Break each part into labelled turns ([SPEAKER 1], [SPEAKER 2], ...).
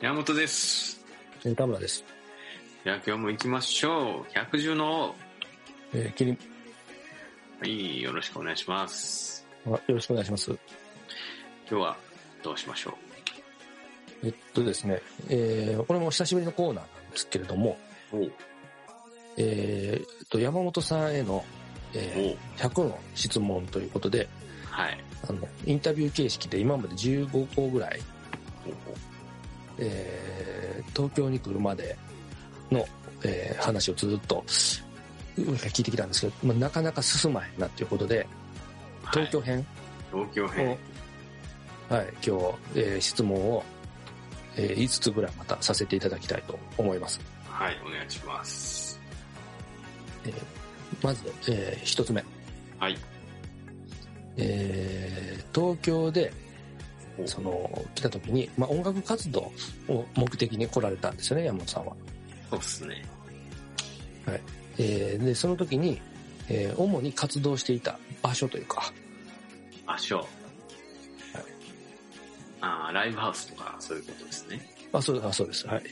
[SPEAKER 1] 山本です。
[SPEAKER 2] えー田村です。
[SPEAKER 1] じゃあ今日も行きましょう。百獣の
[SPEAKER 2] えーキリン
[SPEAKER 1] 王。はい、よろしくお願いします。
[SPEAKER 2] あよろしくお願いします。
[SPEAKER 1] 今日はどうしましょ
[SPEAKER 2] えっとですね、えーこれも久しぶりのコーナーなんですけれども、
[SPEAKER 1] う。おう、
[SPEAKER 2] えーえっと、山本さんへの、え
[SPEAKER 1] おう。
[SPEAKER 2] ー100の質問ということで、
[SPEAKER 1] はい。
[SPEAKER 2] あの、インタビュー形式で今まで15校ぐらい、
[SPEAKER 1] おう
[SPEAKER 2] えー東京に来るまでの、えー話をずっと、うん聞いてきたんですけど、まあ、なかなか進まへんなということで、東京編
[SPEAKER 1] おうはい東京
[SPEAKER 2] を、は
[SPEAKER 1] 編
[SPEAKER 2] い。、今日、えー質問を、えー5つぐらいまたさせていただきたいと思います。
[SPEAKER 1] はい、お願いします。
[SPEAKER 2] まず、えー、一つ目、
[SPEAKER 1] はい。
[SPEAKER 2] えー東京で
[SPEAKER 1] おう
[SPEAKER 2] その来た時に、まあ、音楽活動を目的に来られたんですよね山本さんは、
[SPEAKER 1] そうっすね。
[SPEAKER 2] えーでその時に、えー主に活動していた場所というか
[SPEAKER 1] 場所。ああ、ライブハウスとか、そういうことですね。
[SPEAKER 2] あそうあそうですはい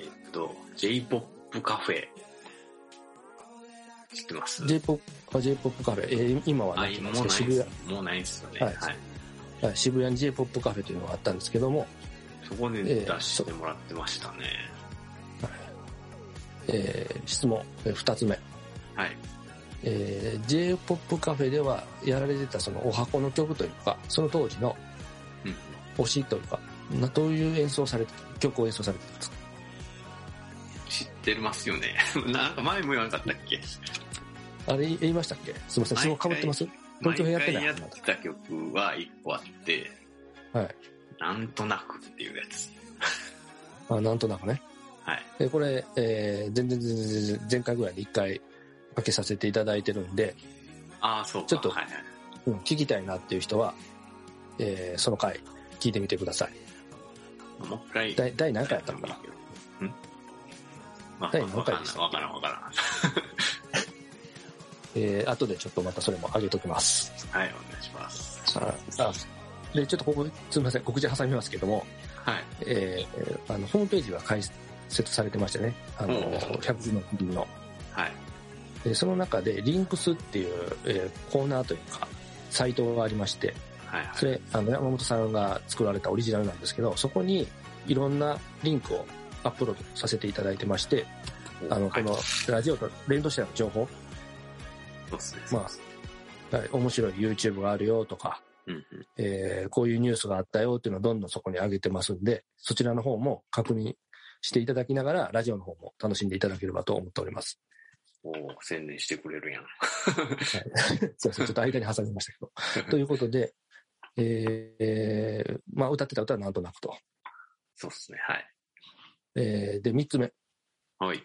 [SPEAKER 1] えっと、J-POP カフェ。知ってます
[SPEAKER 2] j p o p j p o p カフェ、えー今は
[SPEAKER 1] あ、
[SPEAKER 2] なんて言
[SPEAKER 1] も
[SPEAKER 2] いうますか
[SPEAKER 1] ないで
[SPEAKER 2] 渋
[SPEAKER 1] す
[SPEAKER 2] 谷。
[SPEAKER 1] もうないですよね。
[SPEAKER 2] はい
[SPEAKER 1] はい。
[SPEAKER 2] はい渋谷に j p o p カフェというのがあったんですけども、
[SPEAKER 1] そこで出してもらってましたね。
[SPEAKER 2] えー質問、えー二つ目、
[SPEAKER 1] はい。
[SPEAKER 2] えー、j p o p カフェではやられてたそのお箱の曲というかその当時の
[SPEAKER 1] うん。
[SPEAKER 2] 推しというか、などういう演奏をされて、曲を演奏されてたんですか
[SPEAKER 1] 知ってますよね。 なんか前も言わなかったっけ
[SPEAKER 2] あれ言いましたっけすみません、質問かぶってます東京編やってない
[SPEAKER 1] 毎回やってた曲は一個あって、
[SPEAKER 2] はい。
[SPEAKER 1] なんとなくっていうやつ。
[SPEAKER 2] あなんとなくね。
[SPEAKER 1] はい。
[SPEAKER 2] で、これ、えー、全然全然全然前回ぐらいで一回かけさせていただいてるんで、
[SPEAKER 1] ああ、そうか。
[SPEAKER 2] ちょっと
[SPEAKER 1] はいはい。
[SPEAKER 2] うん、聞きたいなっていう人は、えー、その回、聞いてみてください。
[SPEAKER 1] もう一回。
[SPEAKER 2] 第第何回やったのかな
[SPEAKER 1] うんまあ
[SPEAKER 2] 第
[SPEAKER 1] わ
[SPEAKER 2] 何
[SPEAKER 1] か
[SPEAKER 2] 回
[SPEAKER 1] ん
[SPEAKER 2] で
[SPEAKER 1] な
[SPEAKER 2] し
[SPEAKER 1] い。
[SPEAKER 2] た
[SPEAKER 1] わからんわからん。
[SPEAKER 2] えー、後でちょっとまたそれも上げときます。
[SPEAKER 1] はい、お願いします。
[SPEAKER 2] はい。あで、ちょっとここ、すみません、告知挟みますけども、
[SPEAKER 1] はい。
[SPEAKER 2] えー、あの、ホームページが開設されてましてね、あの、
[SPEAKER 1] うん
[SPEAKER 2] 100の国の。
[SPEAKER 1] はい。
[SPEAKER 2] でその中でリンクスっていう、えーコーナーというか、サイトがありまして、
[SPEAKER 1] はいはい。
[SPEAKER 2] それ、あの、山本さんが作られたオリジナルなんですけど、そこにいろんなリンクをアップロードさせていただいてまして、あの、この
[SPEAKER 1] はい
[SPEAKER 2] ラジオと連動しての情報、
[SPEAKER 1] そうっすね。
[SPEAKER 2] まあ、はい面白い YouTube があるよとか、
[SPEAKER 1] うんうん。
[SPEAKER 2] えーこういうニュースがあったよっていうのをどんどんそこに上げてますんで、そちらの方も確認していただきながら、ラジオの方も楽しんでいただければと思っております。
[SPEAKER 1] おー宣伝してくれるやん。
[SPEAKER 2] すいません、ちょっと間に挟みましたけ ど。ということで、えーえーまあ、歌ってた歌はなんとなくと。
[SPEAKER 1] そうっすね。はい。
[SPEAKER 2] えーで、3つ目、
[SPEAKER 1] はい。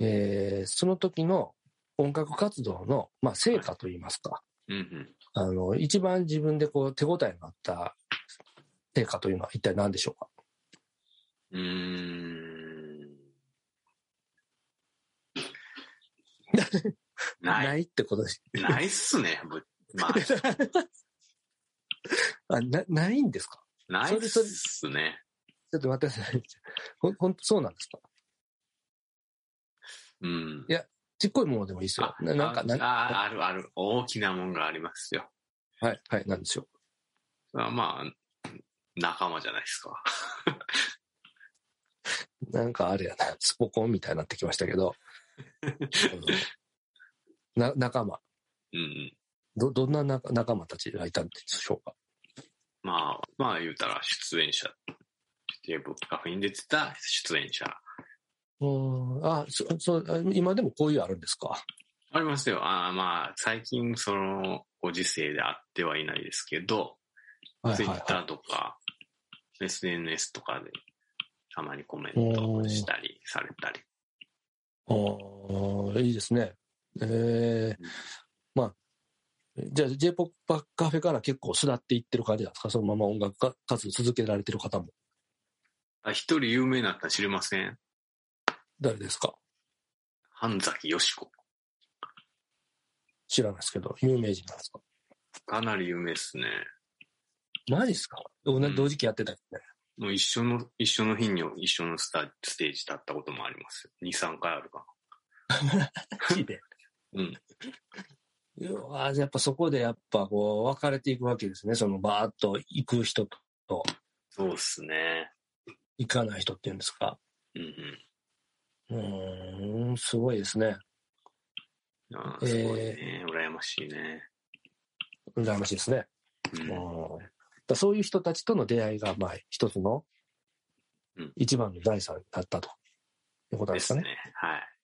[SPEAKER 2] えーその時の音楽活動の、まあ、成果といいますか、
[SPEAKER 1] うんうん。
[SPEAKER 2] あの、一番自分でこう手応えのあった成果というのは一体何でしょうか
[SPEAKER 1] うーん。ない。
[SPEAKER 2] いってことです。
[SPEAKER 1] ないっすね。ぶ ま
[SPEAKER 2] あなないんですか
[SPEAKER 1] あ、ないっすね。
[SPEAKER 2] ちょっと待ってください。ほん、ほんとそうなんですか
[SPEAKER 1] うん。
[SPEAKER 2] いやちっこいものでもいいですよ。ななんか、
[SPEAKER 1] あ
[SPEAKER 2] なん
[SPEAKER 1] あ、あるある。大きなもんがありますよ。
[SPEAKER 2] はい、はい、なんでしょう。
[SPEAKER 1] あまあ、仲間じゃないですか。
[SPEAKER 2] なんかあれやな、スポコンみたいになってきました けど。うんな仲間。
[SPEAKER 1] うんうん。
[SPEAKER 2] ど、どんな仲仲間たちがいたんでしょうか
[SPEAKER 1] まあ、まあ言うたら出演者。J-POP カフェに出てた出演者。
[SPEAKER 2] うん。あ、そ、そう、あ今でもこういうあるんですか
[SPEAKER 1] ありますよ。ああまあ、最近そのご時世であってはいないですけど、
[SPEAKER 2] はい
[SPEAKER 1] ツイ
[SPEAKER 2] はい
[SPEAKER 1] ッターとか、SNS とかで、たまにコメントしたりされたり。
[SPEAKER 2] はい。あいいですね。ええ
[SPEAKER 1] うん
[SPEAKER 2] まあ、じゃあ J-POP カフェから結構巣立っていってる感じなんですかそのまま音楽か活動続けられてる方も。
[SPEAKER 1] あ、一人有名になったの知りません
[SPEAKER 2] 誰ですか
[SPEAKER 1] 半崎よしこ。
[SPEAKER 2] 知らないですけど、有名人なんですか
[SPEAKER 1] かなり有名ですね。
[SPEAKER 2] マジですか同
[SPEAKER 1] うん
[SPEAKER 2] じ同時期やってたよね。
[SPEAKER 1] もう一緒の、一緒の日に一緒のスタステージ立ったこともあります。2、3回あるか
[SPEAKER 2] 聞い て。
[SPEAKER 1] な。うん。
[SPEAKER 2] うわやっぱそこでやっぱこう分かれていくわけですね。そのバーッと行く人と
[SPEAKER 1] そうっすね。
[SPEAKER 2] 行かない人っていうんですか。
[SPEAKER 1] うんうん。
[SPEAKER 2] うーん、すごいですね。
[SPEAKER 1] あーすごいね。羨ましいね。
[SPEAKER 2] 羨ましいですね。
[SPEAKER 1] う
[SPEAKER 2] うん
[SPEAKER 1] ん。
[SPEAKER 2] だからそういう人たちとの出会いが、まあ、一つの
[SPEAKER 1] うん
[SPEAKER 2] 一番の財産だったということな
[SPEAKER 1] で
[SPEAKER 2] んですか
[SPEAKER 1] す
[SPEAKER 2] ね。
[SPEAKER 1] ね。はい。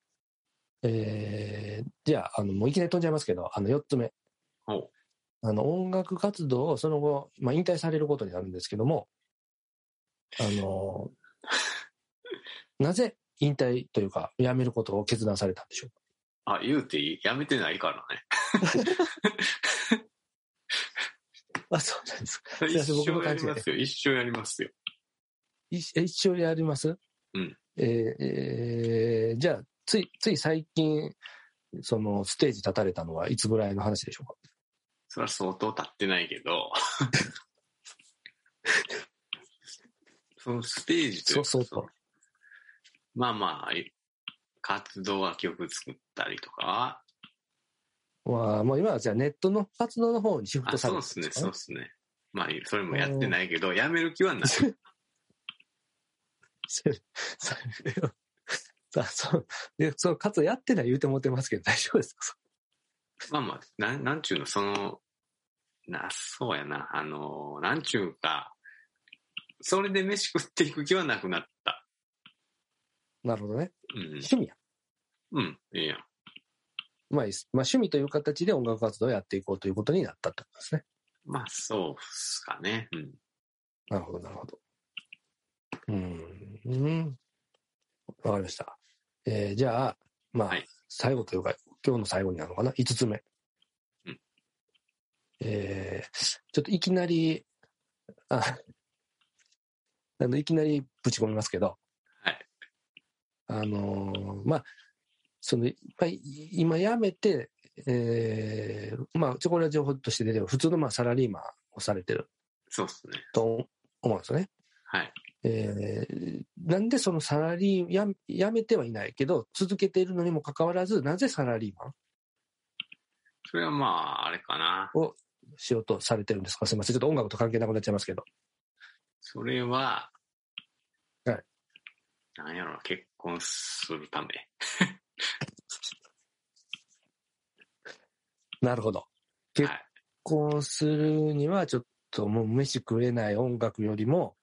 [SPEAKER 2] えーじゃああの、もういきなり飛んじゃいますけど、あの4つ目
[SPEAKER 1] お
[SPEAKER 2] あの、音楽活動をその後、まあ、引退されることになるんですけども、あ のなぜ引退というか、辞めることを決断されたんでしょうか。
[SPEAKER 1] あ、言うていいやめてないからね。
[SPEAKER 2] あそうなんですか。い
[SPEAKER 1] 一
[SPEAKER 2] ません僕の
[SPEAKER 1] 生や
[SPEAKER 2] 勘違い
[SPEAKER 1] りますよ。一生やりますよ。
[SPEAKER 2] 一一生やります、
[SPEAKER 1] うん
[SPEAKER 2] えーえーじゃあつい、つい最近、そのステージ立たれたのはいつぐらいの話でしょうか
[SPEAKER 1] それは相当経ってないけ ど。そのステージというか
[SPEAKER 2] そう相当
[SPEAKER 1] まあまあ、活動は曲作ったりとかは、
[SPEAKER 2] まあ、もう今はじゃあネットの活動の方にシフト
[SPEAKER 1] あ、
[SPEAKER 2] され
[SPEAKER 1] そうで
[SPEAKER 2] てる
[SPEAKER 1] すね、
[SPEAKER 2] んです
[SPEAKER 1] そ
[SPEAKER 2] か
[SPEAKER 1] うですね。まあ、それもやってないけど、やめる気はない。
[SPEAKER 2] それをさあそうでその活動やってない言うてもってますけど大丈夫ですか
[SPEAKER 1] まあまあ、なん、なんちゅうの、その、な、そうやな、あの、なんちゅうか、それで飯食っていく気はなくなった。
[SPEAKER 2] なるほどね
[SPEAKER 1] うん。
[SPEAKER 2] 趣味や、
[SPEAKER 1] うん、いいやん。
[SPEAKER 2] まあいいですまあ、趣味という形で音楽活動をやっていこうということになったってことですね
[SPEAKER 1] まあ、そうっすかね。うん。
[SPEAKER 2] なるほどなるほどうんうんわかりましたえーじゃあまあ、
[SPEAKER 1] はい
[SPEAKER 2] 最後というか今日の最後になるのかな5つ目
[SPEAKER 1] うん
[SPEAKER 2] えーちょっといきなりああのいきなりぶち込みますけど
[SPEAKER 1] はい。
[SPEAKER 2] あのーまあ、その、まあ、い今辞めて、えーまあ、ちょこれは情報として出てる、普通のまあサラリーマンをされてる
[SPEAKER 1] そうっすね。
[SPEAKER 2] と思うんですよね。
[SPEAKER 1] はい。
[SPEAKER 2] えーなんでそのサラリーや、辞めてはいないけど、続けているのにもかかわらず、なぜサラリーマン
[SPEAKER 1] それはまあ、あれかな。
[SPEAKER 2] しようとされてるんですかすみません。ちょっと音楽と関係なくなっちゃいますけど。
[SPEAKER 1] それは、
[SPEAKER 2] はい。
[SPEAKER 1] なんやろな、結婚するため。
[SPEAKER 2] なるほど。結
[SPEAKER 1] はい。
[SPEAKER 2] こうするには、ちょっともう飯食えない音楽よりも、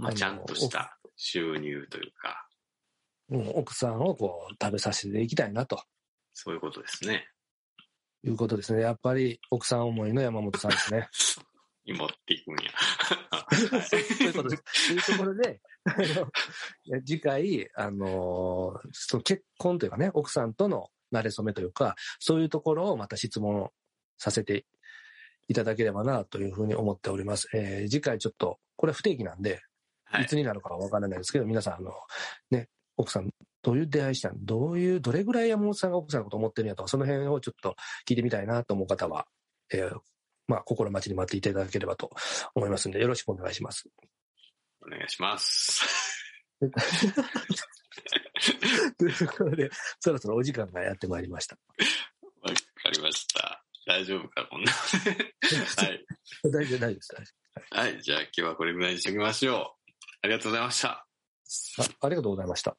[SPEAKER 1] まあ、
[SPEAKER 2] あの
[SPEAKER 1] ちゃんとした収入というか、
[SPEAKER 2] うん奥さんをこう食べさせていきたいなと。
[SPEAKER 1] そういうことですね。
[SPEAKER 2] いうことですね。やっぱり奥さん思いの山本さんですね。
[SPEAKER 1] 今っていくんや。
[SPEAKER 2] そういうことです。というところで、あのいや次回、あのーその結婚というかね、奥さんとの馴れ初めというか、そういうところをまた質問させていただければなというふうに思っております。えー次回ちょっと、これは不定期なんで、
[SPEAKER 1] はい
[SPEAKER 2] いつになるかはわからないですけど、皆さん、あの、ね、奥さん、どういう出会いしたんどういう、どれぐらい山本さんが奥さんのこと思ってるんやとか、その辺をちょっと聞いてみたいなと思う方は、えーまあ、心待ちに待っていただければと思いますんで、よろしくお願いします。
[SPEAKER 1] お願いします。
[SPEAKER 2] ということ で、そろそろお時間がやってまいりました。
[SPEAKER 1] わかりました。大丈夫か、こんな。はい。
[SPEAKER 2] 大丈夫、大丈夫です。
[SPEAKER 1] はい。じゃあ今日はこれぐらいにしておきましょう。ありがとうございました。
[SPEAKER 2] あありがとうございました。